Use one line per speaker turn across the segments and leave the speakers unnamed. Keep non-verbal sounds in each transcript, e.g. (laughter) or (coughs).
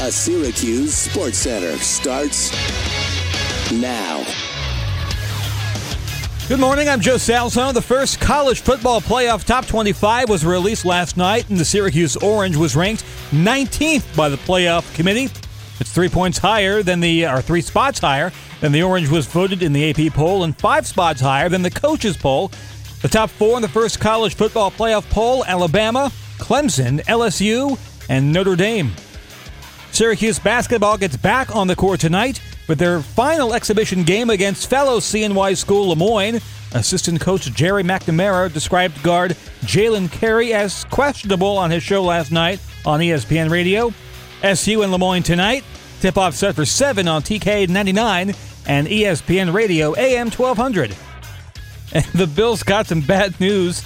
A Syracuse Sports Center starts now.
Good morning. I'm Joe Salzano. The first college football playoff top 25 was released last night, and the Syracuse Orange was ranked 19th by the playoff committee. It's three points higher than the, or three spots higher than the Orange was voted in the AP poll, and five spots higher than the coaches poll. The top four in the first college football playoff poll: Alabama, Clemson, LSU, and Notre Dame. Syracuse basketball gets back on the court tonight with their final exhibition game against fellow CNY school Lemoyne. Assistant coach Jerry McNamara described guard Jalen Carey as questionable on his show last night on E ESPN Radio. SU and Lemoyne tonight. Tip off set for 7 on TK 99 and E ESPN Radio AM 1200. And (laughs) the Bills got some bad news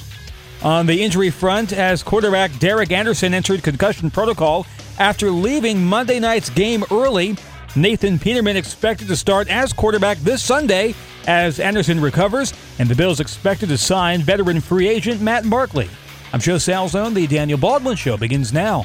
on the injury front as quarterback Derek Anderson entered concussion protocol after leaving Monday night's game early. Nathan Peterman expected to start as quarterback this Sunday as Anderson recovers, and the Bills expected to sign veteran free agent Matt Barkley. I'm Joe Salzone. The Daniel Baldwin Show begins now.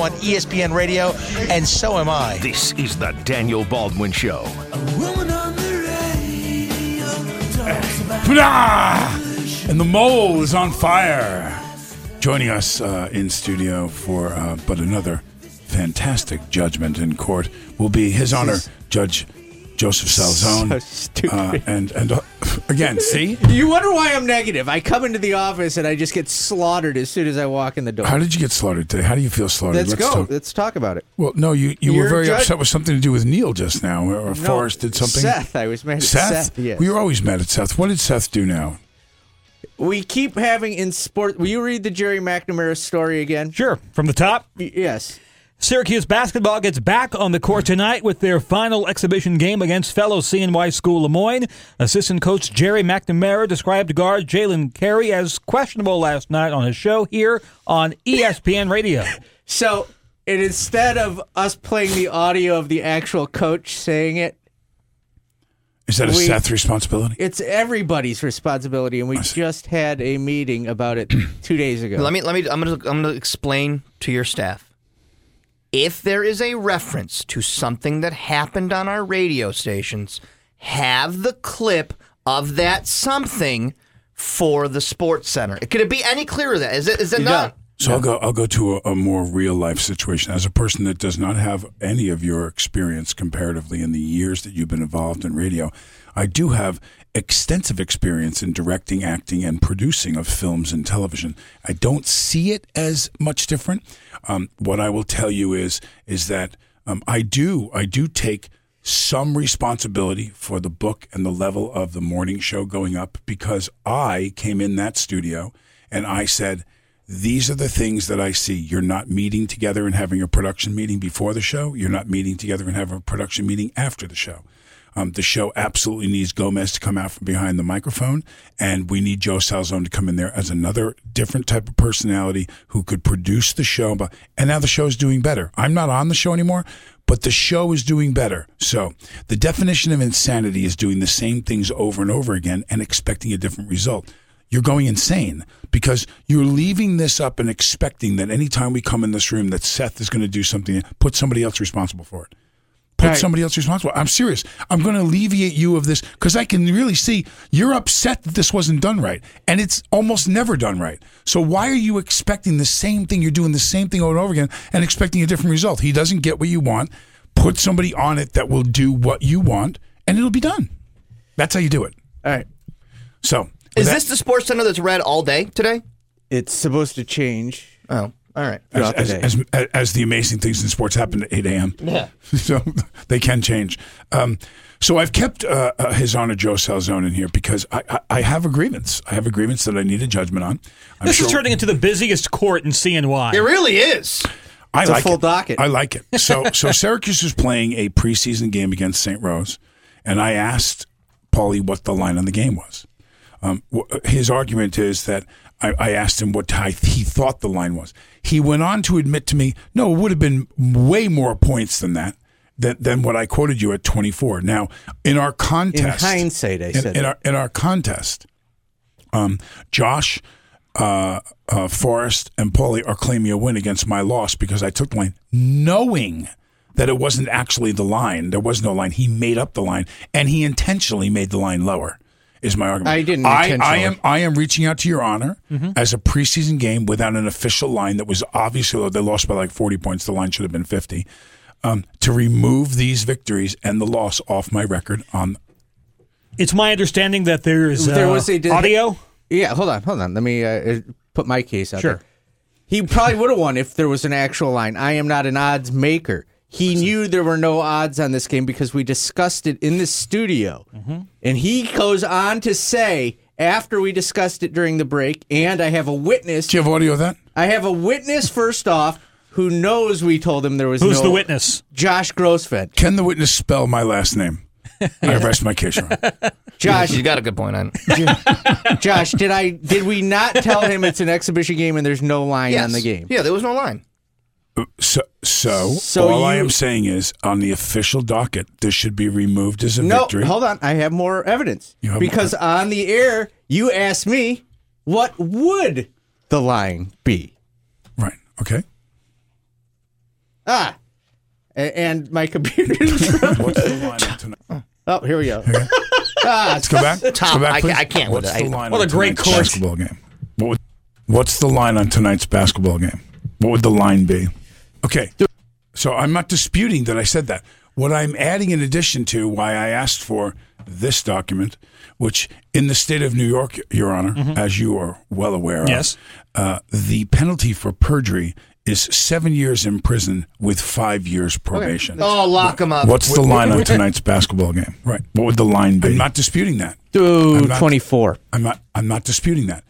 on E ESPN Radio, and so am I.
This is the Daniel Baldwin Show.
Poodah! And the mole is on fire. Joining us uh, in studio for uh, but another fantastic judgment in court will be His Honor Judge Joseph Salzone. Uh, and and uh, again, see,
You wonder why I'm negative. I come into the office and I just get slaughtered as soon as I walk in the door.
how did you get slaughtered today? How do you feel slaughtered?
Let's, go.
talk-
Let's talk about it.
Well, no, you, you were
You're
very
judge-
upset with something to do with Neil just now, or
No,
Forrest did something.
Seth. I was mad at
Seth.
Seth, yes.
We were always mad at Seth. What did Seth do now?
We keep having in sport. Will you read the Jerry McNamara story again?
Sure, from the top.
Y- Yes.
Syracuse basketball gets back on the court tonight with their final exhibition game against fellow CNY school Lemoyne. Assistant coach Jerry McNamara described guard Jalen Carey as questionable last night on his show here on E ESPN Radio.
So, and instead of us playing the audio of the actual coach saying it,
Is that a
We-
Seth responsibility?
it's everybody's responsibility. And we just had a meeting about it two days ago.
Let me let me I'm going to I'm going to explain to your staff. If there is a reference to something that happened on our radio stations, have the clip of that something for the sports center. Could it be any clearer than that? Is it is it not?
So I'll go. I'll go to a, a more real life situation as a person that does not have any of your experience comparatively in the years that you've been involved in radio. I do have extensive experience in directing, acting, and producing of films and television. I don't see it as much different. Um, what I will tell you is is that um, I do. I do take some responsibility for the book and the level of the morning show going up because I came in that studio and I said, these are the things that I see. You're not meeting together and having a production meeting before the show. You're not meeting together and having a production meeting after the show. Um, the show absolutely needs Gomez to come out from behind the microphone, and we need Joe Salzone to come in there as another different type of personality who could produce the show. But and now the show is doing better. I'm not on the show anymore, but the show is doing better. So the definition of insanity is doing the same things over and over again and expecting a different result you're going insane because you're leaving this up and expecting that anytime we come in this room that Seth is going to do something, put somebody else responsible for it. Put
Right.
somebody else responsible. I'm serious. I'm going to alleviate you of this because I can really see you're upset that this wasn't done right, and it's almost never done right. So why are you expecting the same thing? You're doing the same thing over and over again and expecting a different result. He doesn't get what you want. Put somebody on it that will do what you want, and it'll be done. That's how you do it.
All right.
So
Is
that-
this the sports center that's red all day today?
It's supposed to change.
Oh, All right.
As, as, as, as, the amazing things in sports happen at 8 a.m.
Yeah.
(laughs) so they can change. Um, so I've kept uh, uh, His Honor Joe Salzone in here because I, I, I have a grievance. I have a grievance that I need a judgment on. I'm
this
sure-
is turning into the busiest court in CNY.
It really is.
I
It's a
like
full
it.
docket.
I like it. So
(laughs)
so Syracuse is playing a preseason game against St. Rose, and I asked Paulie what the line on the game was. Um, wh- his argument is that I, I asked him what I, he thought the line was. He went on to admit to me, no, it would have been way more points than that. Than, than what I quoted you at 24. Now, in our contest,
hindsight, I
in,
said
in
that.
our in our contest, um, Josh, uh, uh, Forrest, and Paulie are claiming a win against my loss because I took the line knowing that it wasn't actually the line. There was no line. He made up the line, and he intentionally made the line lower. Is my argument?
I didn't
I, I
intentionally.
am. I am reaching out to your honor
Mhm.
as a preseason game without an official line that was obviously they lost by like forty points. The line should have been fifty. Um, to remove these victories and the loss off my record on
It's my understanding that there is uh,
there was a
audio.
Yeah, hold on, hold on. Let me uh, put my case out
Sure.
there. He probably would have won if there was an actual line. I am not an odds maker. He knew there were no odds on this game because we discussed it in the studio. And he goes on to say, after we discussed it during the break, and I have a witness. Do
you have audio of that?
I have a witness, first off, who knows we told him there was
Who's
no-
the witness?
Josh Grossfed.
Can the witness spell my last name? I rest my case. Your Honor.
Josh,
You got a good (laughs) point on it.
Josh, did I did we not tell him it's an exhibition game and there's no line
Yes.
on the game?
Yeah, there was no line.
So, so,
So
all I
you-
am saying is, on the official docket, this should be removed as a
no,
victory.
hold on. I have more evidence.
have
because on the air, you asked me what would the line be.
Right. Okay.
Ah. A- And my computer.
(laughs)
What's
the line on tonight?
(laughs) Oh, here we go. ah,
Let's go back. Let's go back, please. What's the line on tonight's basketball game? What would, what's the line on tonight's basketball game? What would the line be? Okay. So I'm not disputing that I said that. What I'm adding in addition to why I asked for this document, which in the state of New York, Your Honor, as you are well aware of,
Yes.
uh, the penalty for perjury is seven years in prison with five years probation.
Oh, lock him up.
What's the line on tonight's basketball game? Right. What would the line be? I'm not disputing that.
Dude,
not-
24.
I'm not I'm not disputing that.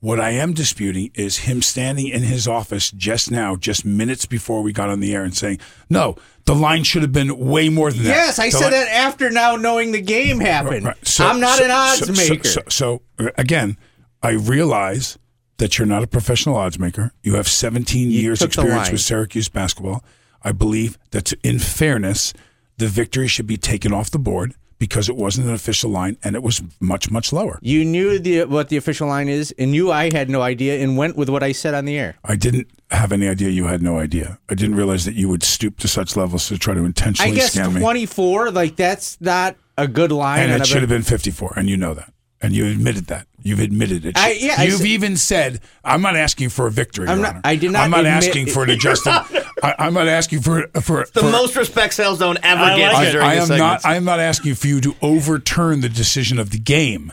What I am disputing is him standing in his office just now, just minutes before we got on the air and saying, "No, the line should have been way more than that."
Yes, I
The
said
line-
that after now knowing the game happened.
Right. So-
I'm not
so-
an odds
so- so-
maker.
So, so, uh, again, I realize that you're not a professional odds maker. You have 17 years
took the
experience
line.
with Syracuse basketball. I believe that in fairness, the victory should be taken off the board because it wasn't an official line and it was much much lower.
you knew the what the official line is, and you I had no idea, and went with what I said on the air.
I didn't have any idea you had no idea. I didn't realize that you would stoop to such levels to try to
I
intentionally
guess
scam me.
24, like that's not a good line.
and
on
it
a-
should have been 54 and you know that and you admitted that you've admitted it
I- yeah, I
you've
said-
even said i'm not asking for a victory
I'm
Your
not-
Honor.
I did not
i'm not
admit-
asking for
(laughs)
an adjustment I, i'm not asking for for
The
for-
most respect Sales Zone ever
I,
gets
I-
during
I
the
am
segment.
not i am not asking for you to overturn the decision of the game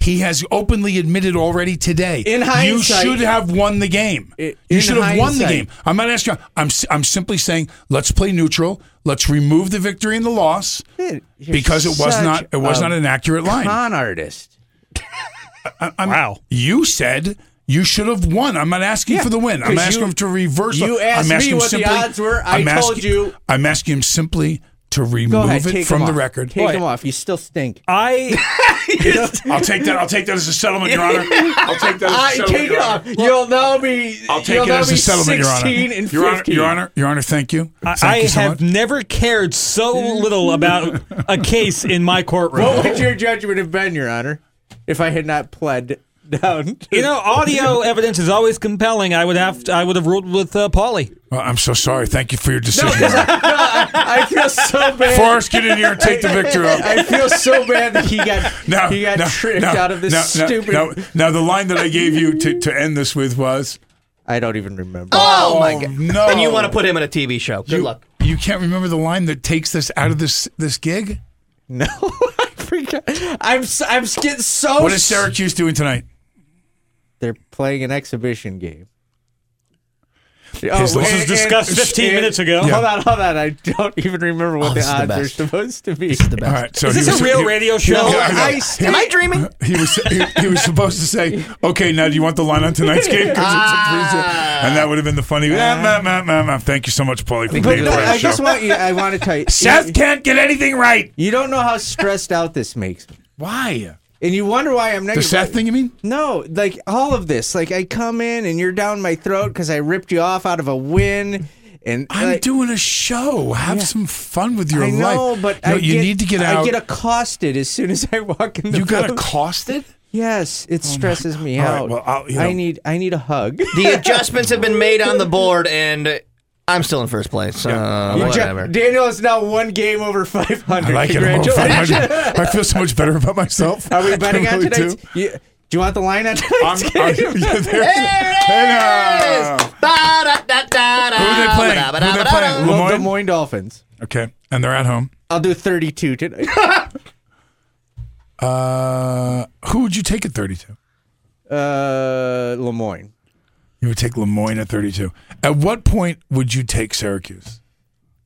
he has openly admitted already today.
In
you
hindsight-
should have won the game.
I-
You
in
should have won the
hindsight-
game. I'm not asking. I'm s- I'm simply saying let's play neutral. Let's remove the victory and the loss
You're
because it was
such
not it was
a
not an accurate line.
Con artist.
I, I'm, wow. You said you should have won. I'm not asking
Yeah,
for the win. I'm
'cause
asking
you-
him to reverse.
you
I'm
asked
asking
me
him
what the odds were. I
I'm
told
asking-
you.
I'm asking him simply to
Go
remove
ahead,
it
take
from
him
the
off.
record.
Take them off. You still stink.
I
I'll take that. I'll take that as a settlement, Your Honor. I'll take that as a
I
settlement.
take
Your
it
Honor.
off. You'll now be.
I'll take
you'll
it
now
as
be
a settlement, Your Honor.
16 and
Your Honor.
15.
Your Honor. Your Honor. Thank you.
I,
Thank
I
you so
have
much.
never cared so little about a case in my courtroom.
What would your judgment have been, Your Honor, if I had not pled down? to-
you know,
(laughs)
audio evidence is always compelling. I would have I would have ruled with uh, Paulie.
Well, I'm so sorry. Thank you for your decision. Your Honor.
(laughs) I feel so bad.
Forrest, get in here and
(laughs)
take the victory off.
I feel so bad that he got
No,
he got
no,
tricked
no,
out of this
no, no,
stupid.
No, now the line that I gave you to, to end this with was,
I don't even remember.
Oh, my god!
no.
And you want to put him in a TV show? Good
you,
luck.
You can't remember the line that takes this out of this this gig.
(laughs) No, I forgot. I'm s- I'm s- getting so.
What is Syracuse doing tonight?
They're playing an exhibition game.
this was
Oh, and-
discussed
and-
15
and-
minutes ago.
Oh,
(laughs)
Hold on, hold on. I don't even remember
Oh,
what the odds are supposed to be. the
All right, so
Is
he
this a
was-
real
he-
radio show?
Yeah, I know.
I
He-
still- Am I dreaming?
He was he, he was supposed to say, "Okay, now do you want the line on tonight's game?" 'Cause it's a
Ah.
freezer." and that would have been the funny. "Ah, ma, ma, ma, ma. Thank you so much, Paulie, for being
But
part
no,
of the
I
show.
just want you. I want to tell you.
(laughs) Seth can't get anything right.
You don't know how stressed out this makes me.
Why?
And you wonder why I'm negative.
Seth thing, you mean?
No, like all of this. Like I come in and you're down my throat because I ripped you off out of a win. And
I'm
like-
doing a show. Have some fun with your
I know,
life.
but
you, know,
I
you
get-
need to get
I
out.
get accosted as soon as I walk in the. (laughs)
You Oh got
building.
accosted?
Yes, it stresses me
All right,
out.
well, I'll- you
I
know-
need I need a hug.
The adjustments have been made on the board, and uh, I'm still in first place. Uh,
You ju-
whatever.
Daniel is now one game over 500.
I like it. I'm over
Congratulations.
500. (laughs) I feel so much better about myself. (laughs)
(laughs) Are we
I
betting on
really
tonight's?
do.
You, do you want the line on tonight's
I'm- (laughs) I'm-
game?
yeah, there's-
There it is. Ba-da-da-da-da.
Who are they playing? Who are they playing?
Well, Des
Lemoyne?
Moines Dolphins.
Okay, and they're at home.
I'll do
(laughs)
32 tonight.
Uh, who would you take at 32?
Uh, Lemoyne.
You would take Lemoyne at 32. At what point would you take Syracuse?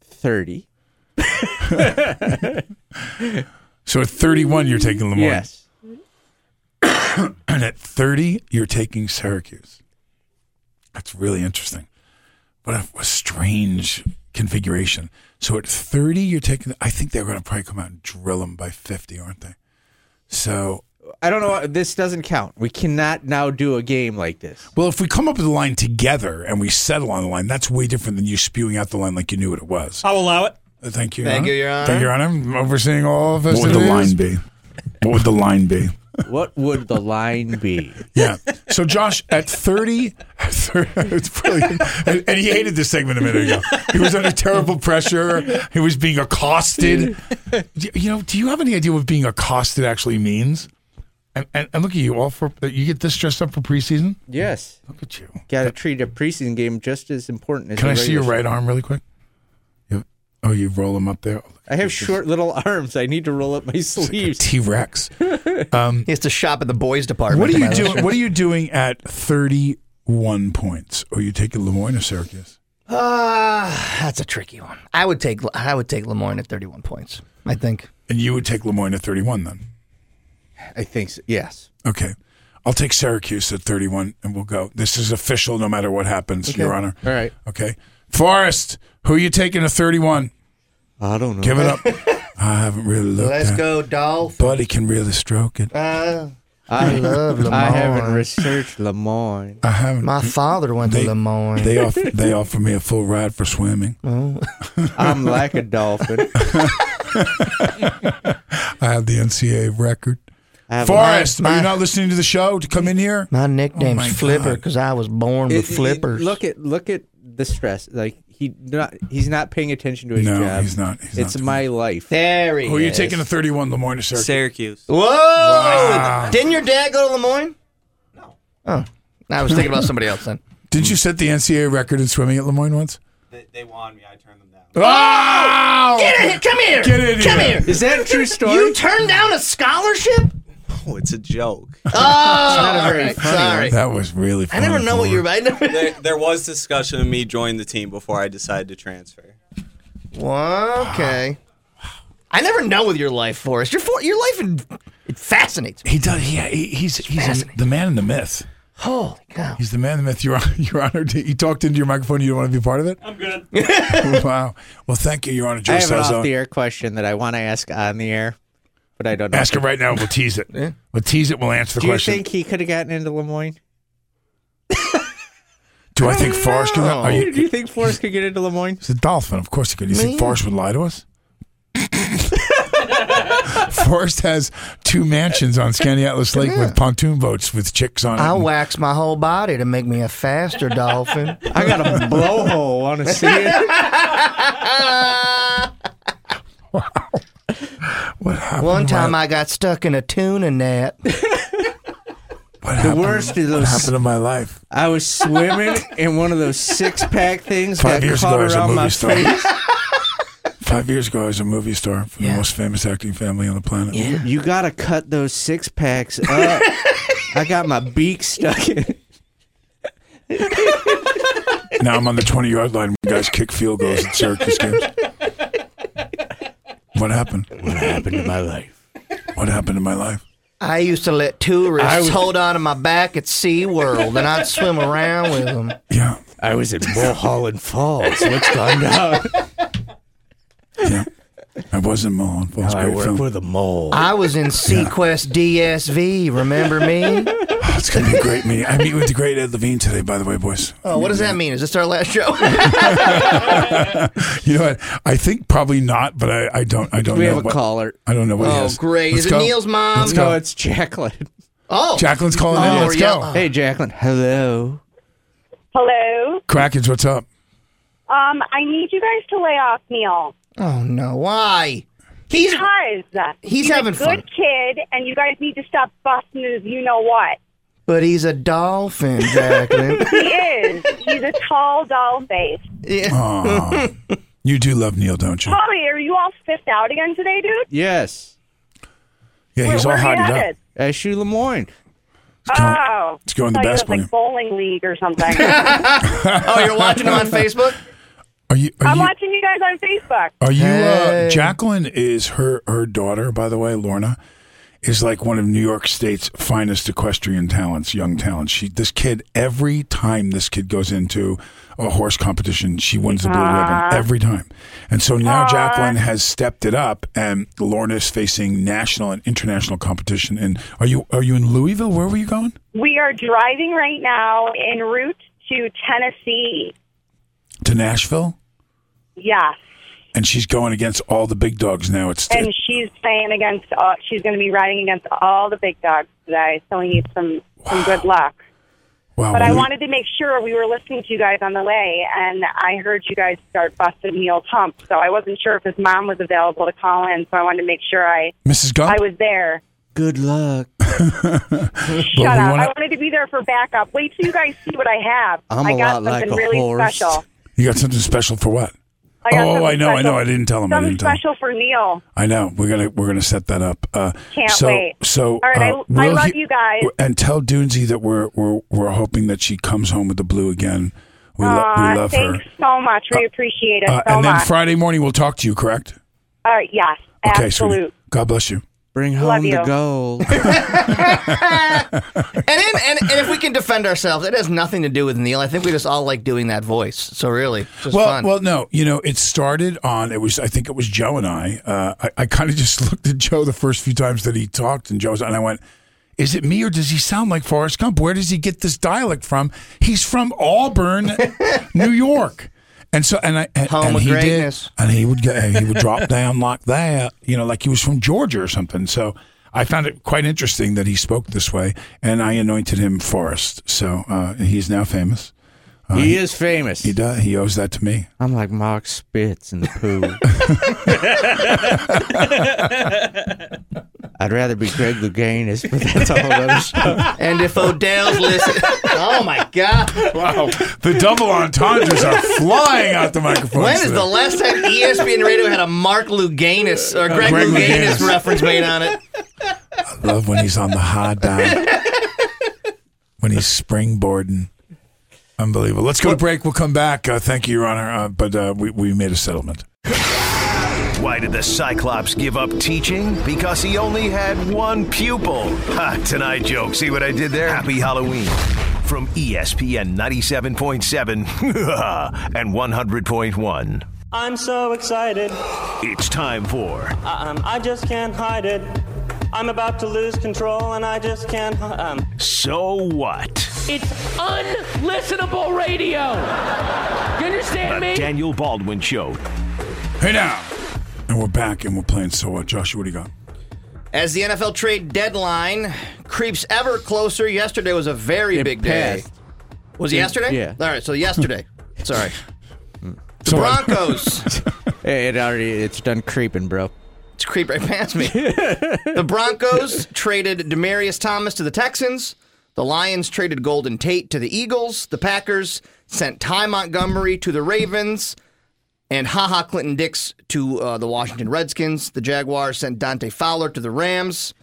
30.
So at 31, you're taking Lemoyne.
Yes.
and at 30, you're taking Syracuse. That's really interesting. What a, a strange configuration. So at 30, you're taking, I think they're going to probably come out and drill them by 50, aren't they? So,
I don't know. This doesn't count. We cannot now do a game like this.
well, if we come up with a line together and we settle on the line, that's way different than you spewing out the line like you knew what it was.
I'll allow it.
Uh, Thank you.
Thank you, Your
Thank you, Your Honor. I'm overseeing all of us. What would the line be? What would the line be?
What would the line
(laughs)
be?
Yeah. So Josh, at 30, at 30 (laughs) it's brilliant. And, and he hated this segment a minute ago. He was under terrible pressure. He was being accosted. You, you know, do you have any idea what being accosted actually means? And, and, and look at you all for you get this dressed up for preseason.
Yes.
Look at you.
Got to treat a preseason game just as important as.
Can
a
I see your
regular-
right arm really quick? You- oh, you roll him up there.
I have short little arms. I need to roll up my sleeves.
T Rex. Um,
He has to shop at the boys department.
what are you
That's
doing?
true.
What are you doing at thirty-one points? Are you taking Lemoyne or Syracus?
Ah, that's a tricky one. I would take I would take Lemoyne at 31 points. I think.
And you would take Lemoyne at 31 then?
I think so. Yes.
Okay. I'll take Syracuse at 31 and we'll go. This is official no matter what happens,
Okay.
Your Honor.
All right.
Okay. Forrest, who are you taking at 31?
I don't know.
Give
(laughs)
it up. I haven't really looked at
go, Dolph.
Buddy can really stroke it.
Uh,
I
love
I haven't researched Lemoyne.
I haven't.
My father went
They-
to Lemoyne.
They, off, they offer me a full ride for swimming.
Uh. I'm like a dolphin.
I have the NCAA record.
I have- Uh.
Forrest,
My-
are you
my-
not listening to the show to come in here?
My
Oh,
nickname's
my
Flipper
God.
because I was born
It-
with
it-
flippers.
look at look at the stress. Like he not he's not paying attention to his
No,
job.
he's not. He's
it's
not doing
my life.
there he
Who are you
is.
taking at 31, Lemoyne or Syracuse?
Syracuse.
Whoa!
Wow.
Didn't your dad go to Lemoyne? No. Oh, I was thinking about somebody else then.
Did you set the NCAA record in swimming at Lemoyne once?
They, they wanted me. I turned them down.
Oh!
Get in here! Come here!
Get in
Come
here.
here!
Is that a true story?
You turned down a scholarship?
Oh, it's a joke.
Oh, all
very
right,
funny
sorry.
That was really
I
funny.
never know what you're
Forrest.
I
(laughs)
never-
there, there was discussion of me joining the team before I decided to transfer.
(laughs) Well, okay. I never know with your life, Forrest. Your for, your life it, it fascinates me.
He does. Yeah, he, he's he's a, the man in the myth.
Holy cow!
He's the man in the myth. Your (laughs) Your Honor, he talked into your microphone. You don't want to be part of it. I'm
good.
(laughs)
wow. Well, thank you, Your Honor.
I
Joe
have an
Salzone.
off the air question that I want to ask on the air, but I don't know.
Ask it right now. and We'll tease it. We'll tease it. We'll answer the
Do you
question.
think he could have gotten into Lemoyne?
Do I think Forrest can? Are
Do you
you?
think Forrest could get into Lemoyne?
He's a dolphin. Of course he could. You think Forrest would lie to us? Forrest has two mansions on Scanty Atlas Lake with pontoon boats with chicks on it.
I
and-
wax my whole body to make me a faster dolphin.
I got (laughs) a blowhole. Want to see it?
What happened?
One time
my,
(laughs) I got stuck in a tuna net.
what happened,
worst is
what
those-
happened to my life.
I
(laughs)
was swimming in one of those six pack things.
Five
got
years
caught
ago, I was a
around my
movie star.
face.
(laughs) Five years ago, I was a movie star for the most famous acting family on the planet.
You gotta cut those six packs up.
(laughs)
I got my beak stuck in.
Now I'm on the 20 yard line when guys kick field goals at Syracuse games. What happened? What happened to my life? What happened to my life?
I used to let tourists
I was-
hold on to my back at SeaWorld, and I'd swim around with them.
I was at Mulholland Falls. What's gone
(laughs)
down?
I wasn't Mulholland Falls.
Now I
great
work
film.
with a mole.
I was in Sequest DSV. Remember me?
It's going to be a great meeting. I meet with the great Ed Levine today, by the way, boys.
Oh, what does that mean? Is this our last (laughs) show?
You know what? I think probably not, but I, I don't. I don't.
We
know
have a
what,
caller.
I don't know what. he
Oh,
is.
great. Is
Let's
it
go.
Neil's mom?
Let's go.
No,
it's Jacqueline.
Oh,
Jacqueline's calling in. Let's go.
Hey, Jacqueline. Hello.
Hello.
Krakens, what's up?
Um, I need you guys to lay off Neil.
Oh no! Why? He's
because
he's having
a good
fun.
kid, and you guys need to stop busting his. You know what?
But he's a dolphin, Jacqueline.
He is. He's a tall doll face.
Aw. you do love Neil, don't you?
Polly, are you all spiffed out again today, dude?
Yes.
Yeah,
he's Where- all where are you hotted up. headed?
Ashu Lemoyne.
Oh,
let's go in the
I thought you
basketball
was,
game.
like bowling league or (laughs) something.
oh, you're watching him on Facebook.
Are you? Are
I'm
you?
watching you guys on Facebook.
Are you?
Hey.
Uh, Jacqueline is her her daughter, by the way. Lorna is like one of New York State's finest equestrian talents, young talents. She this kid every time this kid goes into a horse competition, she wins the blue
Aw.
ribbon every time. And so now Jacqueline has stepped it up, and Lorna is facing national and international competition. And are you are you in Louisville? Where were you going?
We are driving right now en route to Tennessee.
To Nashville,
Yes.
and she's going against all the big dogs now. It's
And she's playing against. All, she's going to be riding against all the big dogs today. So we need some some good luck.
wow.
But I
Mm-hmm.
Lou-
wanted to make sure we were listening to you guys on the way, and I heard you guys start busting Neil's hump. So I wasn't sure if his mom was available to call in. So I wanted to make sure I
Mrs. Gump?
I was there.
Good
(laughs)
luck.
But we
Shut up!
wanna-
I wanted to be there for backup. Wait till you guys see what I have.
I'm
I
a lot
got
like
something
a
really
horse.
special.
You got something special for what?
I got
oh,
something
I know, I
special.
know. I didn't tell him. I
Something
didn't tell him.
special for Neil.
I know. We're gonna we're gonna set that up. Uh,
Can't
so,
wait.
So,
All right, I-
uh,
I
we'll
love
he-
you guys.
And tell Dunzi that we're we're we're hoping that she comes home with the blue again. We, lo-
Aw,
we love her.
thanks so much. We appreciate it
Uh,
so
and then
much.
Friday morning we'll talk to you. Correct?
All right, yes,
Okay,
absolute.
sweetie. God bless you.
Bring
Love home the you.
gold.
And, then, and and if we can defend ourselves, it has nothing to do with Neil. I think we just all like doing that voice. So really, it's just
well,
fun.
well, no, you know, it started on. It was, I think, it was Joe and I. Uh, I, I kind of (laughs) just looked at Joe the first few times that he talked, and Joe's, and I went, "Is it me or does he sound like Forrest Gump? Where does he get this dialect from? He's from
(laughs)
Auburn, New York." And so, and I, and,
Home
and
of
he
greatness.
did, and he would go, he would drop down like that, you know, like he was from Georgia or something. So I found it quite interesting that he spoke this way, and I anointed him Forrest. So uh, he's now famous. Uh,
he is famous.
He does. He owes that to me.
I'm like Mark Spitz in the
(laughs)
pool. I'd rather be Greg Louganis, but that's a whole other show.
and if Odell's (laughs) listening, oh my god! Wow,
The double entendres are flying out the microphone.
When is the last time E ESPN Radio had a Mark Luganis or Uh, Greg,
Greg
Louganis,
Louganis.
reference made on it?
I love when he's on the high dive. when he's springboarding. Unbelievable. Let's go to break. We'll come back. Uh, thank you, Your Honor. Uh, but uh, we, we made a settlement.
Why did the Cyclops give up teaching? Because he only had one pupil. Ha, Oh, tonight joke. See what I did there? Happy Halloween. From E ESPN 97.7 (laughs) and 100.1.
I'm so excited. Uh,
It's time for
Um, I just can't hide it. I'm about to lose control, and I just can't. hi- Um.
So What?
It's unlistenable radio. You
The
understand me?
Daniel Baldwin Show.
Hey now. And we're back and we're playing So What. Joshua, what do you got?
As the NFL trade deadline creeps ever closer, yesterday was a very big day.
passed.
Was it
It-
yesterday?
yeah.
All right, so yesterday. (laughs) Sorry. The
Sorry.
Broncos.
(laughs) Hey, it already it's done creeping, bro.
It's creep right
(laughs)
past me. the Broncos traded Demarius Thomas to the Texans. The Lions traded Golden Tate to the Eagles. The Packers sent Ty Montgomery to the Ravens. And haha Clinton Dix to uh, the Washington Redskins. The Jaguars sent Dante Fowler to the Rams.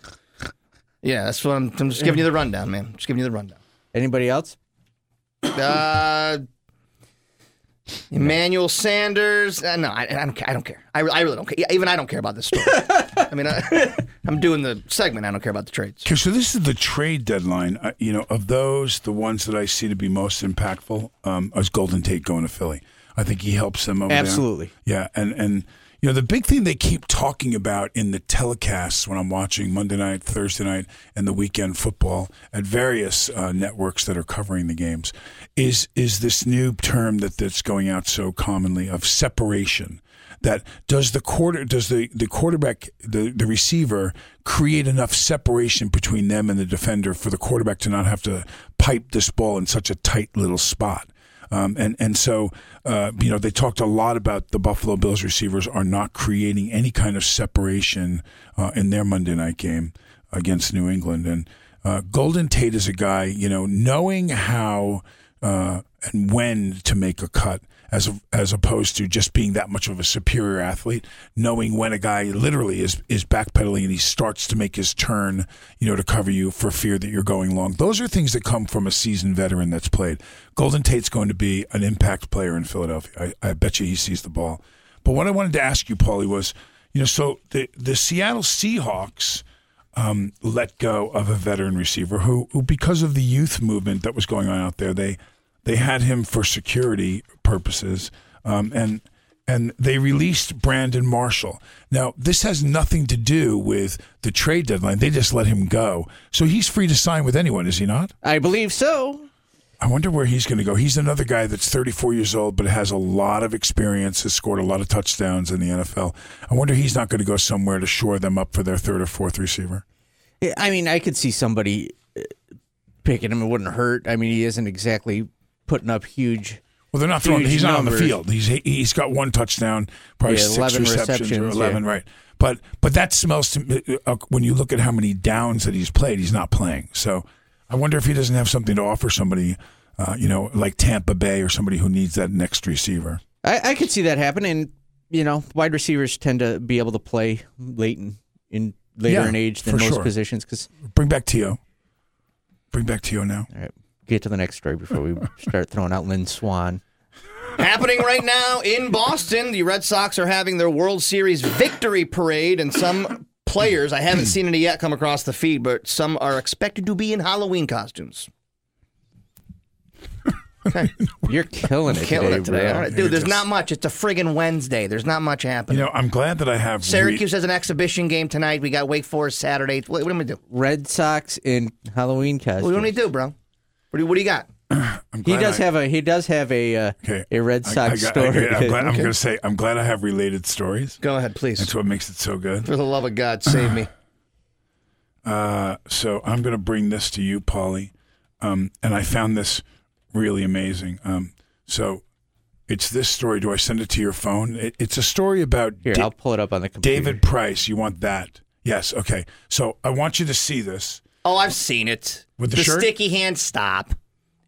Yeah, that's what I'm, I'm just giving you the rundown, man. Just giving you the rundown.
Anybody else?
Uh, Emmanuel Sanders. Uh, no, I, I don't. Care. I don't care. I, re- I really don't care. Yeah, even I don't care about this story. I mean, I, (laughs) I'm doing the segment. I don't care about the trades.
Okay, so this is the trade deadline. Uh, you know, of those, the ones that I see to be most impactful um, is Golden Tate going to Philly. I think he helps them over there.
Absolutely.
Yeah, and and you know the big thing they keep talking about in the telecasts when I'm watching Monday night, Thursday night, and the weekend football at various uh, networks that are covering the games is is this new term that that's going out so commonly of separation that does the quarter does the, the quarterback the, the receiver create enough separation between them and the defender for the quarterback to not have to pipe this ball in such a tight little spot um, and and so uh, you know they talked a lot about the Buffalo Bills receivers are not creating any kind of separation uh, in their Monday night game against New England and uh, Golden Tate is a guy you know knowing how uh, and when to make a cut as as opposed to just being that much of a superior athlete, knowing when a guy literally is is backpedaling and he starts to make his turn, you know, to cover you for fear that you're going long. Those are things that come from a seasoned veteran that's played. Golden Tate's going to be an impact player in Philadelphia. I, I bet you he sees the ball. But what I wanted to ask you, Paulie, was, you know, so the the Seattle Seahawks um, let go of a veteran receiver who, who, because of the youth movement that was going on out there, they they had him for security purposes, um, and and they released Brandon Marshall. Now this has nothing to do with the trade deadline. They just let him go, so he's free to sign with anyone, is he not?
I believe so.
I wonder where he's going to go. He's another guy that's 34 years old, but has a lot of experience, has scored a lot of touchdowns in the NFL. I wonder he's not going to go somewhere to shore them up for their third or fourth receiver.
Yeah, I mean, I could see somebody uh, picking him. It wouldn't hurt. I mean, he isn't exactly putting up huge.
Well, they're not throwing.
huge
He's not on the
numbers.
field. He's he's got one touchdown, probably
Yeah,
six
11
receptions, or
receptions,
eleven,
yeah.
right? But but that smells to me, uh, when you look at how many downs that he's played. He's not playing, so I wonder if he doesn't have something to offer somebody, uh, you know, like Tampa Bay or somebody who needs that next receiver.
I, I could see that happen, and you know, wide receivers tend to be able to play late in, in later
Yeah,
in age than
for
most
sure.
positions. Because
Bring back Tio. Bring back Tio now.
all right, get to the next story before we start throwing out Lynn Swan.
Happening right now in Boston, the Red Sox are having their World Series victory parade, and some players, I haven't seen any yet come across the feed, but some are expected to be in Halloween costumes.
You're killing it
Killing
today,
it today.
bro.
All right, dude, there's not much. It's a friggin' Wednesday. There's not much happening.
You know, I'm glad that I have
Syracuse has an exhibition game tonight. We got Wake Forest Saturday. What, what am I going to do?
Red Sox in Halloween costume.
What do we do, bro? What do you, what do you got?
He
glad
does
I-
have a he does have a uh, a Red
I-
Sox
I got- I,
story.
am
(laughs)
glad, I'm
Okay.
going to say I'm glad I have related stories.
Go ahead, please.
That's what makes it so good.
For the love of God, save me.
Uh, so I'm going to bring this to you, Polly. Um, and I found this really amazing. Um, so it's this story. Do I send it to your phone? It, it's a story about
Here,
Da-
I'll pull it up on the computer.
David Price. You want that? Yes. Okay. So I want you to see this.
(sighs) Oh, I've seen it.
With the shirt?
sticky hand, stop.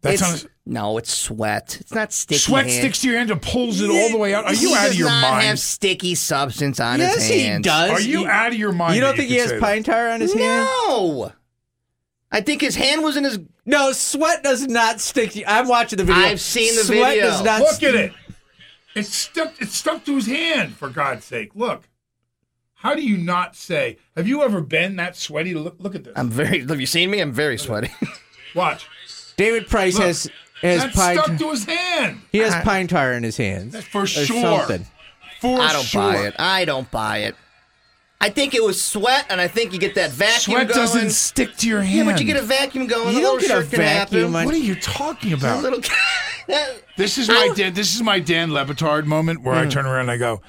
That's
it's,
not
no, it's sweat. It's not sticky.
Sweat
hand.
sticks to your hand and pulls it all the way out. Are you
He
out of
does
your
not
mind?
Have sticky substance on
Yes,
his
he
hands.
does.
Are you
He-
out of your mind?
You don't
that
think
could
he has
say that?
pine tar on his hand?
No, I think his hand was in his.
No, sweat does not stick. to- I'm watching the video.
I've seen the
sweat
video.
Does not
Look at
st-
it. It's stuck. It's stuck to his hand. For God's sake, look. How do you not say? Have you ever been that sweaty? Look, look at this.
I'm very. Have you seen me? I'm very sweaty.
(laughs) Watch.
David Price
Look,
has has
That's
pine.
stuck to his hand.
he has pine tar in his hands.
That's for
or
sure.
Something.
For
I don't
sure.
buy it. I don't buy it. I think it was sweat, and I think you get that vacuum
Sweat
going.
doesn't stick to your
yeah,
hand.
but you get a vacuum going.
You
the
don't
little
get a
shirt can happen.
vacuum. on-
What are you
(laughs)
talking
A
about?
little. (laughs)
This is my Dan, this is my Dan Levitard moment where I turn around and I go,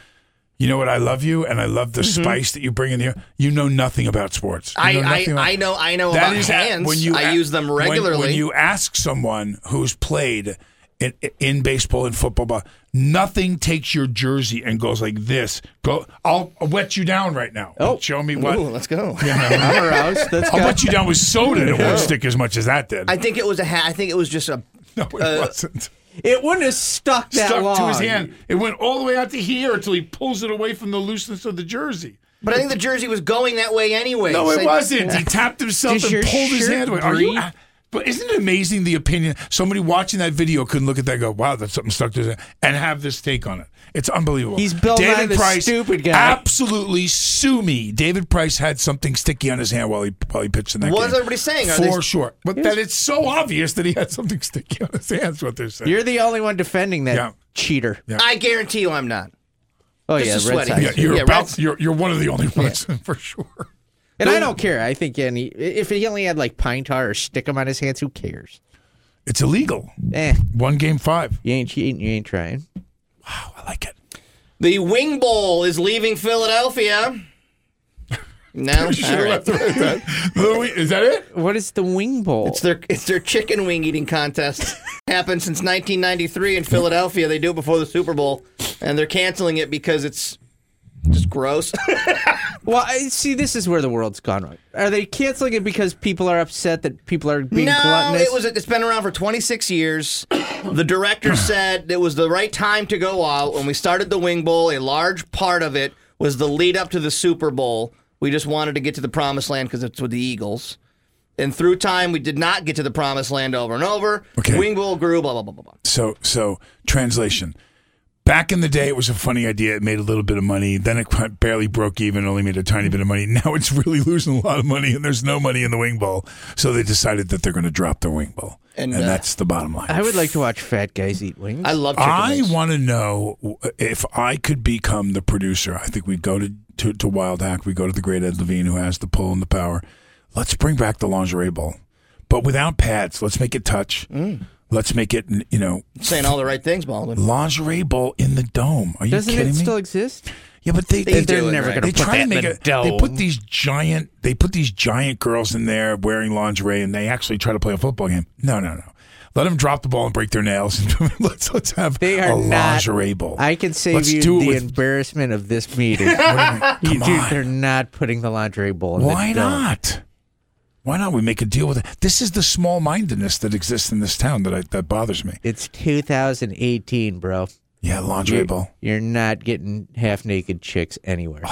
you know what? I love you, and I love the spice that you bring in here. You know nothing about sports. You
Mm-hmm. I,
know nothing about-
I, I know I know
That
about
is a-
hands.
when you
I
a-
use them
when-
regularly.
When, you ask someone who's played in, in baseball and football, blah, nothing takes your jersey and goes like this. Go, I'll wet you down right now.
Oh.
show me what.
Ooh, let's go.
(laughs) I'm aroused. Let's
I'll
go.
wet you down with soda. and It won't stick as much as that did.
I uh, think it was a hat. I think it was just a.
(laughs) no, it wasn't.
It wouldn't have stuck that
Stuck
long.
to his hand. It went all the way out to here until he pulls it away from the looseness of the jersey.
But I think the jersey was going that way anyway.
No,
It's
it
like-
wasn't. He tapped himself
Does
and
your
pulled his
shirt
hand away. Are you,
breathe?
But isn't it amazing the opinion? Somebody watching that video couldn't look at that and go, wow, that's something stuck to it, and have this take on it. It's unbelievable.
He's Bill Nye,
David
the
Price,
stupid guy.
Absolutely sue me. David Price had something sticky on his hand while he, while he pitched in that
What
game.
is everybody saying? Are
For
they-
sure. But that it's so obvious that he had something sticky on his hand. That's what they're saying.
You're the only one defending that
Yeah.
cheater.
I guarantee you I'm not.
Oh
This
yeah,
is
Red
sweaty.
Sox.
Yeah, you're,
Yeah,
about,
Reds-
you're, you're one of the only ones. (laughs)
And I don't care. I think any if he only had like pine tar or stick 'em on his hands, who cares?
It's illegal.
Eh.
One game five.
You ain't cheating. You ain't trying.
The Wing Bowl is leaving
(laughs)
Philadelphia. No,
You should
All
have
right.
(laughs) left it at that. The wing- Is that it?
What is the wing bowl?
It's their it's their chicken wing eating contest. (laughs) Happened since 1993 in Philadelphia. They do it before the Super Bowl, and they're canceling it because it's just gross.
Well, I see. This is where the world's gone wrong. Are they canceling it because people are upset that people are being
no,
gluttonous?
it was it's been around for 26 years. (coughs) The
(coughs)
director said it was the right time to go out. When we started the Wing Bowl, a large part of it was the lead up to the Super Bowl. We just wanted to get to the promised land because it's with the Eagles. And through time, we did not get to the promised land over and over. Wing Bowl grew, blah blah blah blah blah.
So so translation. Back in the day, it was a funny idea. It made a little bit of money. Then it quite- barely broke even, only made a tiny bit of money. (laughs) Now it's really losing a lot of money, and there's no money in the wing bowl. So they decided that they're going to drop the wing bowl,
And,
and,
uh,
that's the bottom line.
I would like to watch fat guys eat wings.
I love chicken
I
wings.
want to know w- if I could become the producer. I think we go to, to to Wild Hack. We go to the great Ed Levine, who has the pull and the power. Let's bring back the lingerie bowl, but without pads. Let's make it touch.
Mm.
Let's make it, you know,
Saying all the right things, Baldwin.
lingerie bowl in the dome. Are you
Doesn't
kidding
it
me?
still exist?
yeah, but they,
They
they
do it, right?
They
They
try and
put
make
that in
it.
the
They
dome.
put these giant. They put these giant girls in there wearing lingerie, and they actually try to play a football game. No, no, no. Let them drop the ball and (laughs) break their nails. let's let's have
They are
a
not.
lingerie bowl.
I can save
Let's
you
do it
the
with-
(laughs) embarrassment of this meeting.
What do you mean?
(laughs)
(laughs) Come
You- dude,
on.
they're not putting the lingerie bowl. In
Why
the dome.
not? Why not? We make a deal with it. This is the small mindedness that exists in this town that I, that bothers me.
It's 2018, bro.
Yeah, lingerie
you're,
bowl.
You're not getting half naked chicks anywhere.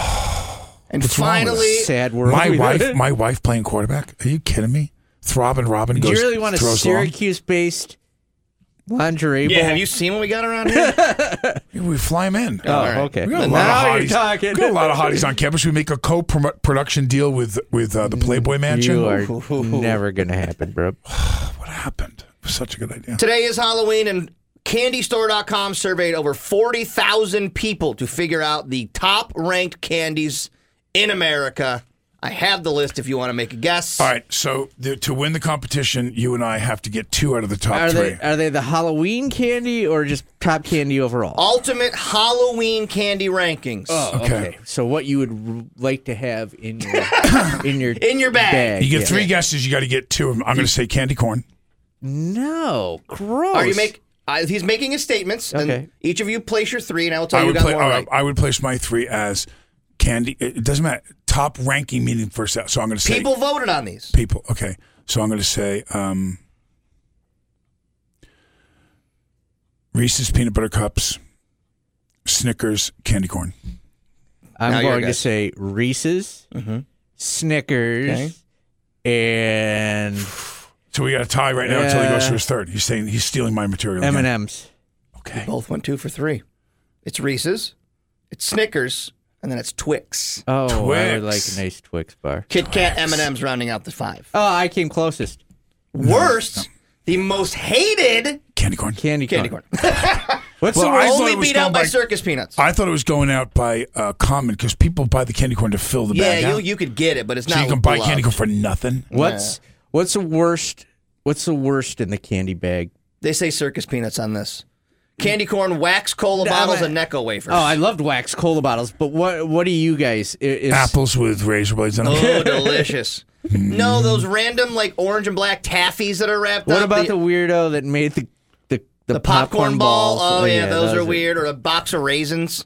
and
What's wrong with us?
sad world.
My
(laughs) we
wife,
live in.
my wife playing quarterback. Are you kidding me? Throbbing Robin
Do
goes.
you really want a
throws long.
Syracuse-based lingerie
Yeah,
bowl?
have you seen what we got around here?
We fly them in.
Oh, All right. okay.
We got a lot
Now
of
you're
hotties.
talking.
We got a lot of hotties on campus. We make a co-production deal with with uh, the Playboy Mansion.
You are (laughs) never gonna happen, bro.
Such a good idea.
Today is Halloween, and CandyStore.com surveyed over 40,000 people to figure out the top ranked candies in America. I have the list if you want to make a guess.
All right. So the, to win the competition, you and I have to get two out of the top
Are
three.
they are they the Halloween candy or just top candy overall?
Ultimate Halloween candy rankings.
Oh, okay. So what you would r- like to have in (coughs) your in your
In your bag.
You get
yeah.
three guesses. You got to get two of them. I'm going to say candy corn.
No, gross.
Are you make? I, he's making his statements,
Okay.
and each of you place your three, and I will tell Oh,
I
you who
would
got
play.
one
I,
right.
I would place my three as candy. It it doesn't matter. Top ranking meaning first out. So I'm going to say
People voted on these.
people. Okay. So I'm going to say um, Reese's peanut butter cups, Snickers, candy corn.
I'm
Now your
going to
guess.
say Reese's, Snickers, and
So we got a tie right now until he goes
Yeah.
for his third. He's saying he's stealing my material.
M
again.
and M's.
Okay. both went two for three. It's Reese's, it's Snickers, and then it's Twix.
Oh, I
Twix.
would like a nice Twix bar.
Kit Kat M&M's rounding out the five.
Oh, I came closest.
Worst, the most hated
Candy corn.
Candy corn.
candy
(laughs)
corn.
What's
Well,
the I thought
only
it was
beat
going
out by
by-
circus peanuts.
I thought it was going out by uh, common because people buy the candy corn to fill the
yeah,
bag.
you
out.
you could get it, but it's
so
not.
you can buy
beloved.
candy corn for nothing.
What's what's the worst? What's the worst in the candy bag?
They say circus peanuts on this. Candy corn, wax, cola bottles, and Necco wafers.
Oh, I loved wax cola bottles, but what what do you guys? i- Is,
apples with razor blades on them? (laughs)
(laughs)
Oh, delicious. no, those random like orange and black taffies that are wrapped
What
up.
about the, weirdo that made the the, the,
popcorn ball?
balls?
Oh yeah, those, are weird. Or a box of raisins,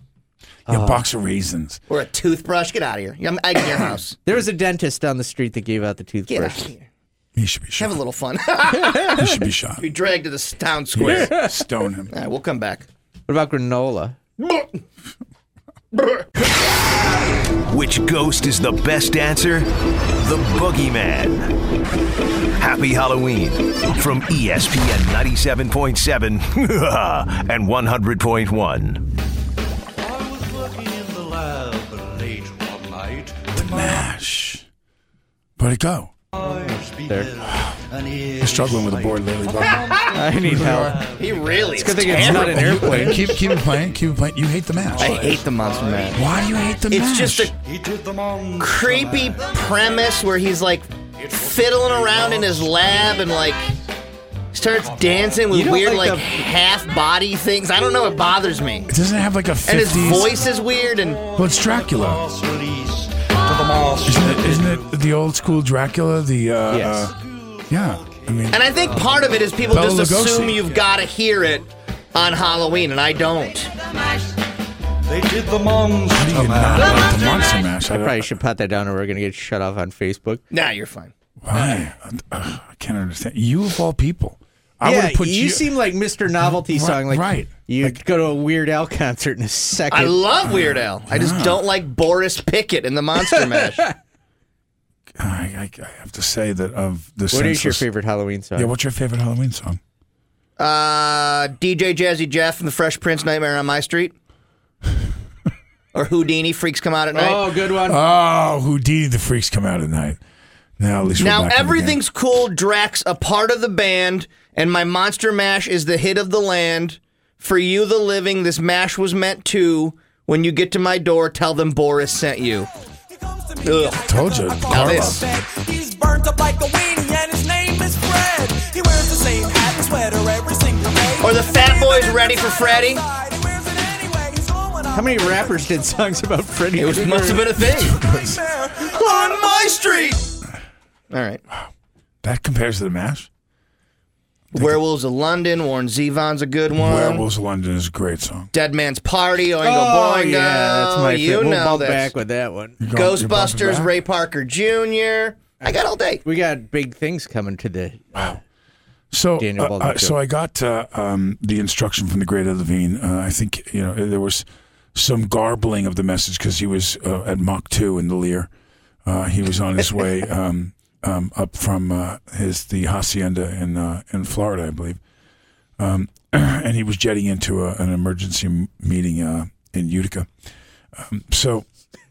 Yeah, box of raisins.
or a toothbrush. Get out of here. I'm out of your
(laughs)
house.
There was a dentist down the street that gave out the
Get out of
toothbrush.
here.
He should be shot.
Have a little fun. (laughs)
He should be shot.
be dragged to the town square.
Stone him. (laughs)
All right, we'll come back.
What about granola?
Which ghost is the best answer? The Boogeyman. Happy Halloween from E ESPN 97.7 (laughs) and 100.1.
The mash. Where'd it go?
There.
I'm struggling with a board
(laughs)
lately. Bob.
I need help.
He really.
It's a good thing it's not an airplane.
keep keep it playing. Keep it playing. You hate the
(laughs)
mash.
I hate the monster mash.
Why do you hate the
It's
mash?
just a creepy premise where he's like fiddling around in his lab and like starts dancing
You
with
don't
weird
like
like,
the-
half body things. I don't know. It bothers me.
Doesn't it have like a 50s?
And his voice is weird and
Well, it's Dracula. Isn't it, isn't it the old school Dracula? The uh,
Yes.
uh, yeah. I mean,
and I think part of it is people
Bela
just
Lugosi.
assume you've got to hear it on Halloween and I don't.
They did the monster.
Oh,
you not like the monster mash?
I
I
probably
don't,
should put that down, or we're gonna get shut off on Facebook.
Nah, you're fine.
why? Ugh, I can't understand. You of all people, I
yeah,
would put
you,
you.
seem like Mr. Novelty
Right,
song. Like
right.
you'd go to a Weird Al concert in a second.
I love Weird Al. I just
Yeah.
don't like Boris Pickett and the (laughs) Monster Mash.
I, I, I have to say that of the.
What is your
senseless-
favorite Halloween song?
Yeah, what's your favorite Halloween song?
Uh, DJ Jazzy Jeff and the Fresh Prince Nightmare on My
(laughs)
Street. or Houdini Freaks Come Out at Night.
oh, good one.
Oh, Houdini the Freaks come out at night. Now at least we're
now
back in the game.
everything's cool. Drax a part of the band, and my Monster Mash is the hit of the land. For you, the living, this mash was meant to. When you get to my door, tell them Boris sent you. Ugh.
Told you,
Now
Carl.
this.
He's burnt up like a weenie and his name is Fred. He wears the same hat and sweater every single day.
Or the Fat Boys ready for Freddy.
How many rappers did songs about Freddie?
It was,
Mercury?
must have been a
(laughs)
thing.
on my street.
All right.
That compares to the mash.
Werewolves of London. Warren Zevon's a good one.
Werewolves of London is a great song.
Dead Man's Party. Oingo
Oh,
Boingo.
yeah, that's my
you
favorite. We'll
know
bump
this.
back with that one.
You're going- you're bumping
Ghostbusters.
back?
Ray Parker Jr. I got all day.
We got big things coming to the.
So,
Daniel
uh,
Baldwin
uh, so
show.
I got uh, um, the instruction from the great Ed Levine. Uh, I think you know there was some garbling of the message because he was uh, at Mach two in the Lear. Uh, he was on his way um, um, up from uh, his the hacienda in uh, in Florida, I believe, um, (clears throat) and he was jetting into a, an emergency m- meeting uh, in Utica. Um, so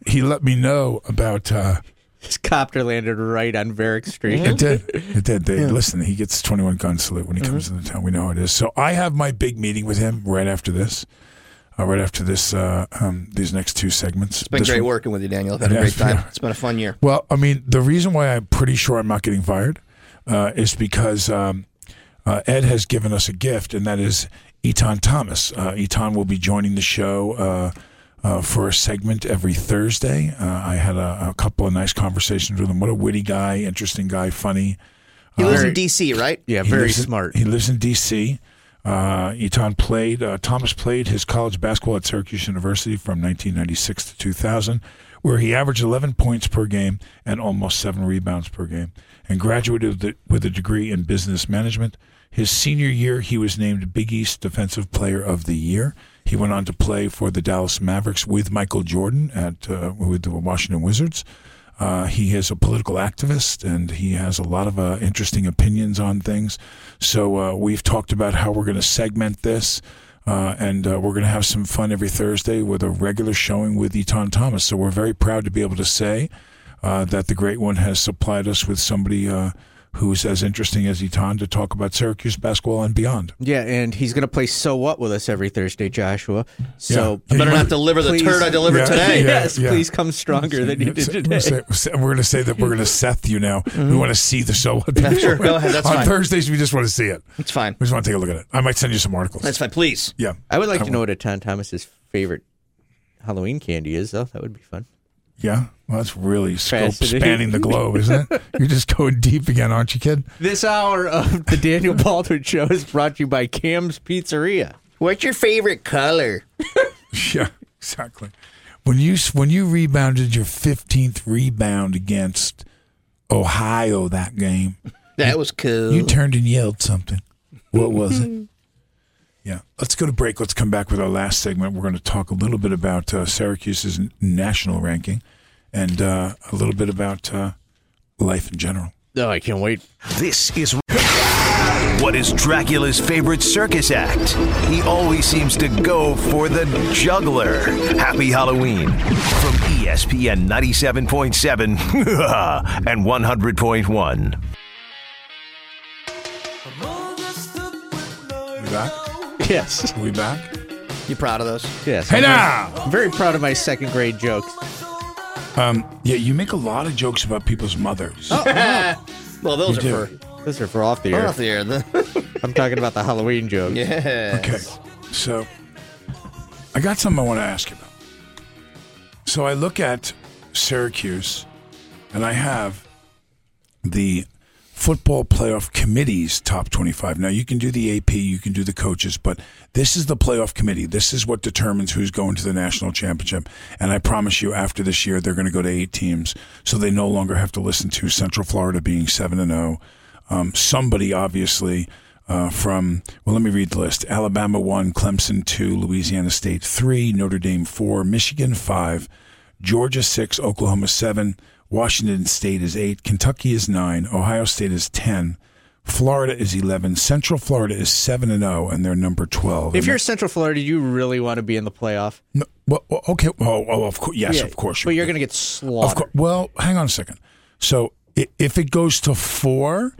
he let me know about. Uh,
His copter landed right on Varick Street.
It did. It did. They listen. He gets twenty one gun salute when he comes into town. We know how it is. So I have my big meeting with him right after this. Uh, right after this, uh, um, these next two segments.
It's been great working with you, Daniel. I've had a
Yeah,
great time.
yeah.
It's been a fun year.
Well, I mean, the reason why I'm pretty sure I'm not getting fired uh, is because um, uh, Ed has given us a gift, and that is Eton Thomas. Uh, Eton will be joining the show uh, uh, for a segment every Thursday. Uh, I had a, a couple of nice conversations with him. What a witty guy, interesting guy, funny.
He lives
Very-
in D.C., right?
Yeah,
He
very
lives in-
smart.
he lives in D.C. Uh, Eton played uh, Thomas played his college basketball at Syracuse University from 1996 to 2000, where he averaged 11 points per game and almost seven rebounds per game, and graduated with a- with a degree in business management. His senior year, he was named Big East Defensive Player of the Year. He went on to play for the Dallas Mavericks with Michael Jordan at uh, with the Washington Wizards. Uh, he is a political activist and he has a lot of uh, interesting opinions on things. So uh, we've talked about how we're going to segment this. Uh, and uh, we're going to have some fun every Thursday with a regular showing with Eton Thomas. So we're very proud to be able to say uh, that the great one has supplied us with somebody uh, who's as interesting as Eton to talk about Syracuse basketball and beyond.
Yeah, and he's gonna play "So What" with us every Thursday, Joshua. So
Yeah. I better
I
not
have to deliver the
please-
turd I delivered
Yeah,
(laughs)
today.
yeah,
yes,
yeah.
please come stronger than you did
We're gonna
today. Mm-hmm.
say- We're going to say that we're going to Seth you now. We want to see the show.
Sure, go ahead, that's
On
fine.
Thursdays, we just want to see it.
It's fine.
We just want to take a look at it. I might send you some articles.
That's fine. Please.
yeah.
I would like
I
to know what a Tom Thomas's favorite Halloween candy is, though. That would be fun.
Yeah. Well, that's really scope
Fascinating.
spanning the globe, isn't
(laughs)
it? You're just going deep again, aren't you, kid?
This hour of the Daniel Baldwin Show is brought to you by Cam's Pizzeria.
What's your favorite color?
Yeah, exactly. When you when you rebounded your 15th rebound against Ohio that game,
That was cool.
you turned and yelled something. What was it? Yeah. Let's go to break. Let's come back with our last segment. We're going to talk a little bit about uh, Syracuse's n- national ranking and uh, a little bit about uh, life in general.
No, Oh, I can't wait.
This is. What is Dracula's favorite circus act? He always seems to go for the juggler. Happy Halloween from E ESPN 97.7 (laughs) and 100.1.
We back?
Yes.
We back?
You proud of those?
Yes.
Hey
I'm
now!
very- I'm very proud of my second grade jokes.
Um, yeah, you make a lot of jokes about people's mothers. (laughs)
well, those
You
are
do.
for
Those are for off the
We're
air.
off the air.
(laughs) I'm talking about the Halloween jokes.
yeah.
Okay. So I got something I want to ask you about. So I look at Syracuse and I have the football playoff committee's top 25. Now you can do the AP, you can do the coaches, but this is the playoff committee. This is what determines who's going to the national championship. And I promise you after this year they're going to go to eight teams so they no longer have to listen to Central Florida being 7 and 0. Um, somebody obviously uh, from, well, let me read the list Alabama 1, Clemson 2, Louisiana State 3, Notre Dame 4, Michigan 5, Georgia 6, Oklahoma 7, Washington State is 8, Kentucky is 9, Ohio State is 10, Florida is 11, Central Florida is 7 and 0, and they're number 12.
If
And
you're Central Florida, you really want to be in the playoff.
No, well, well, okay. Oh, oh of course. Yes,
Yeah,
of course.
But
you
you're going to get
Of
slaughtered.
course. Well, hang on a second. So i- if it goes to four,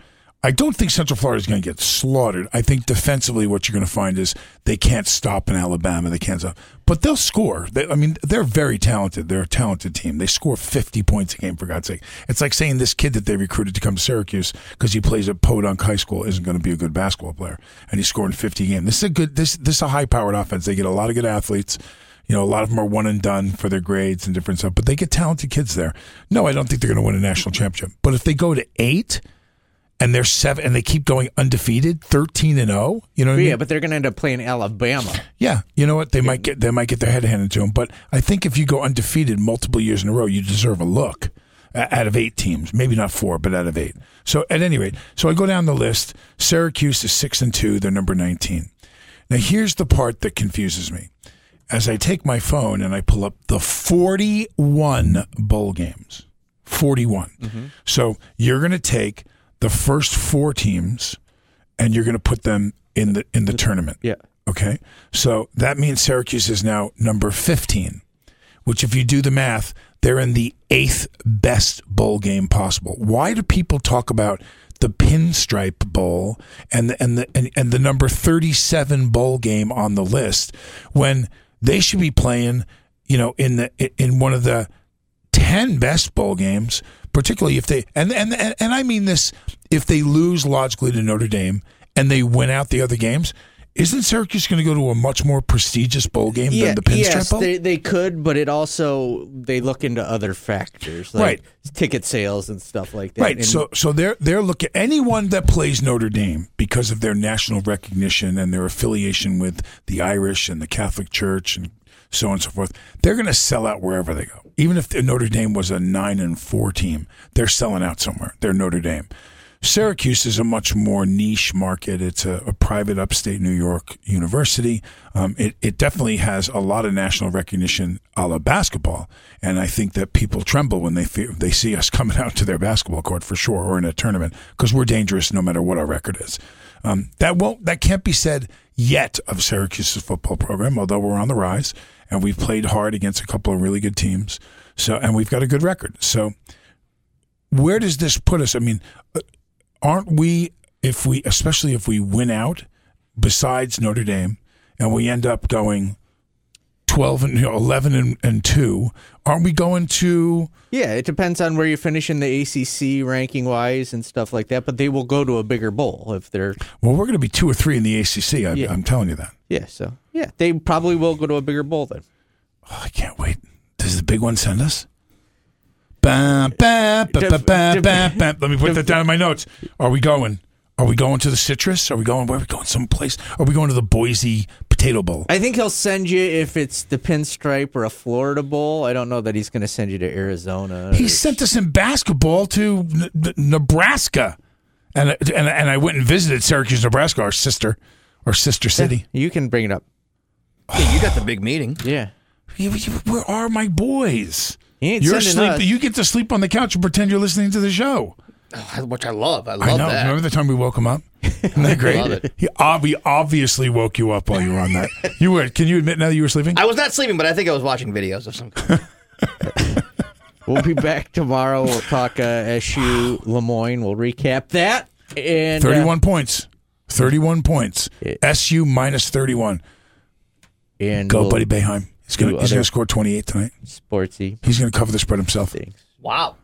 I don't think Central Florida is going to get slaughtered. I think defensively, what you're going to find is they can't stop in Alabama. They can't stop, but they'll score. They, I mean, they're very talented. They're a talented team. They score 50 points a game for God's sake. It's like saying this kid that they recruited to come to Syracuse because he plays at Podunk High School isn't going to be a good basketball player, and he's scoring 50 a game. This is a good. This this is a high powered offense. They get a lot of good athletes. You know, a lot of them are one and done for their grades and different stuff, but they get talented kids there. No, I don't think they're going to win a national championship. But if they go to eight and they're seven and they keep going undefeated, 13 and 0, you know what I mean?
yeah, but they're going to end up playing Alabama.
Yeah, you know what? They might get they might get their head handed to them, but I think if you go undefeated multiple years in a row, you deserve a look uh, out of eight teams, maybe not four, but out of eight. So at any rate, so I go down the list. Syracuse is six and two; they're number nineteen. Now here's the part that confuses me. As I take my phone and I pull up the forty-one bowl games, 41 So you're going to take the first four teams, and you're going to put them in the in the tournament.
Yeah.
Okay. So that means Syracuse is now number 15, which, if you do the math, they're in the eighth best bowl game possible. Why do people talk about the Pinstripe Bowl and the, and the and, and the number 37 bowl game on the list when they should be playing, you know, in the in one of the 10 best bowl games, particularly if they and and and, and I mean this if they lose logically to Notre Dame and they win out the other games, isn't Syracuse going to go to a much more prestigious bowl game
Yeah,
than the Pinstripe
yes,
Bowl?
they, they could, but it also they look into other factors, like
Right.
Ticket sales and stuff like that.
Right.
And-
so so they're they're looking anyone that plays Notre Dame because of their national recognition and their affiliation with the Irish and the Catholic Church and so on and so forth. They're going to sell out wherever they go. Even if Notre Dame was a nine and four team, they're selling out somewhere. They're Notre Dame. Syracuse is a much more niche market. It's a, a private upstate New York university. Um, it, it definitely has a lot of national recognition a la basketball. And I think that people tremble when they, fe- they see us (laughs) coming out to their basketball court for sure or in a tournament because we're dangerous no matter what our record is. Um, that won't that can't be said yet of Syracuse's football program, although we're on the rise and we've played hard against a couple of really good teams. So and we've got a good record. So where does this put us? I mean, uh, aren't we if we especially if we win out besides Notre Dame and we end up going 12 and you know, 11 and, and 2 aren't we going to
yeah, it depends on where you finish in the ACC ranking wise and stuff like that. But they will go to a bigger bowl if they're
well we're going to be 2 or 3 in the ACC I,
Yeah.
I'm telling you that
yeah. So yeah, they probably will go to a bigger bowl then.
I can't wait. Does the big one send us? Bam, bam, ba,
Def-
ba, bam,
def-
bam, bam. Let me put
def-
that down in my notes. Are we going? Are we going to the citrus? Are we going? Where are we going? Someplace? Are we going to the Boise Potato Bowl?
I think he'll send you if it's the Pinstripe or a Florida Bowl. I don't know that he's going to send you to Arizona.
He sent us in basketball to N- N- Nebraska, and and and I went and visited Syracuse, Nebraska, our sister, or sister city.
(laughs) you can bring it up.
Yeah, you got the big meeting.
Yeah.
Where are my boys?
He ain't
You're
sending
asleep.
us.
You get to sleep on the couch and pretend you're listening to the show.
Which I love. I love
I know.
(laughs)
that.
Remember the time we woke him up? Isn't that great?
Love it.
He ob- we obviously woke you up while you were on that. You were. Can you admit now that you were sleeping?
I was not sleeping, but I think I was watching videos of some kind.
We'll be back tomorrow. We'll talk uh, SU Lemoyne. We'll recap that. And uh,
Thirty-one points. Thirty-one points. SU minus thirty-one.
And
Go,
we'll
buddy Bayheim. He's gonna
do
he's
other
gonna score twenty-eight tonight.
Sportsy.
He's gonna cover the spread himself.
Wow.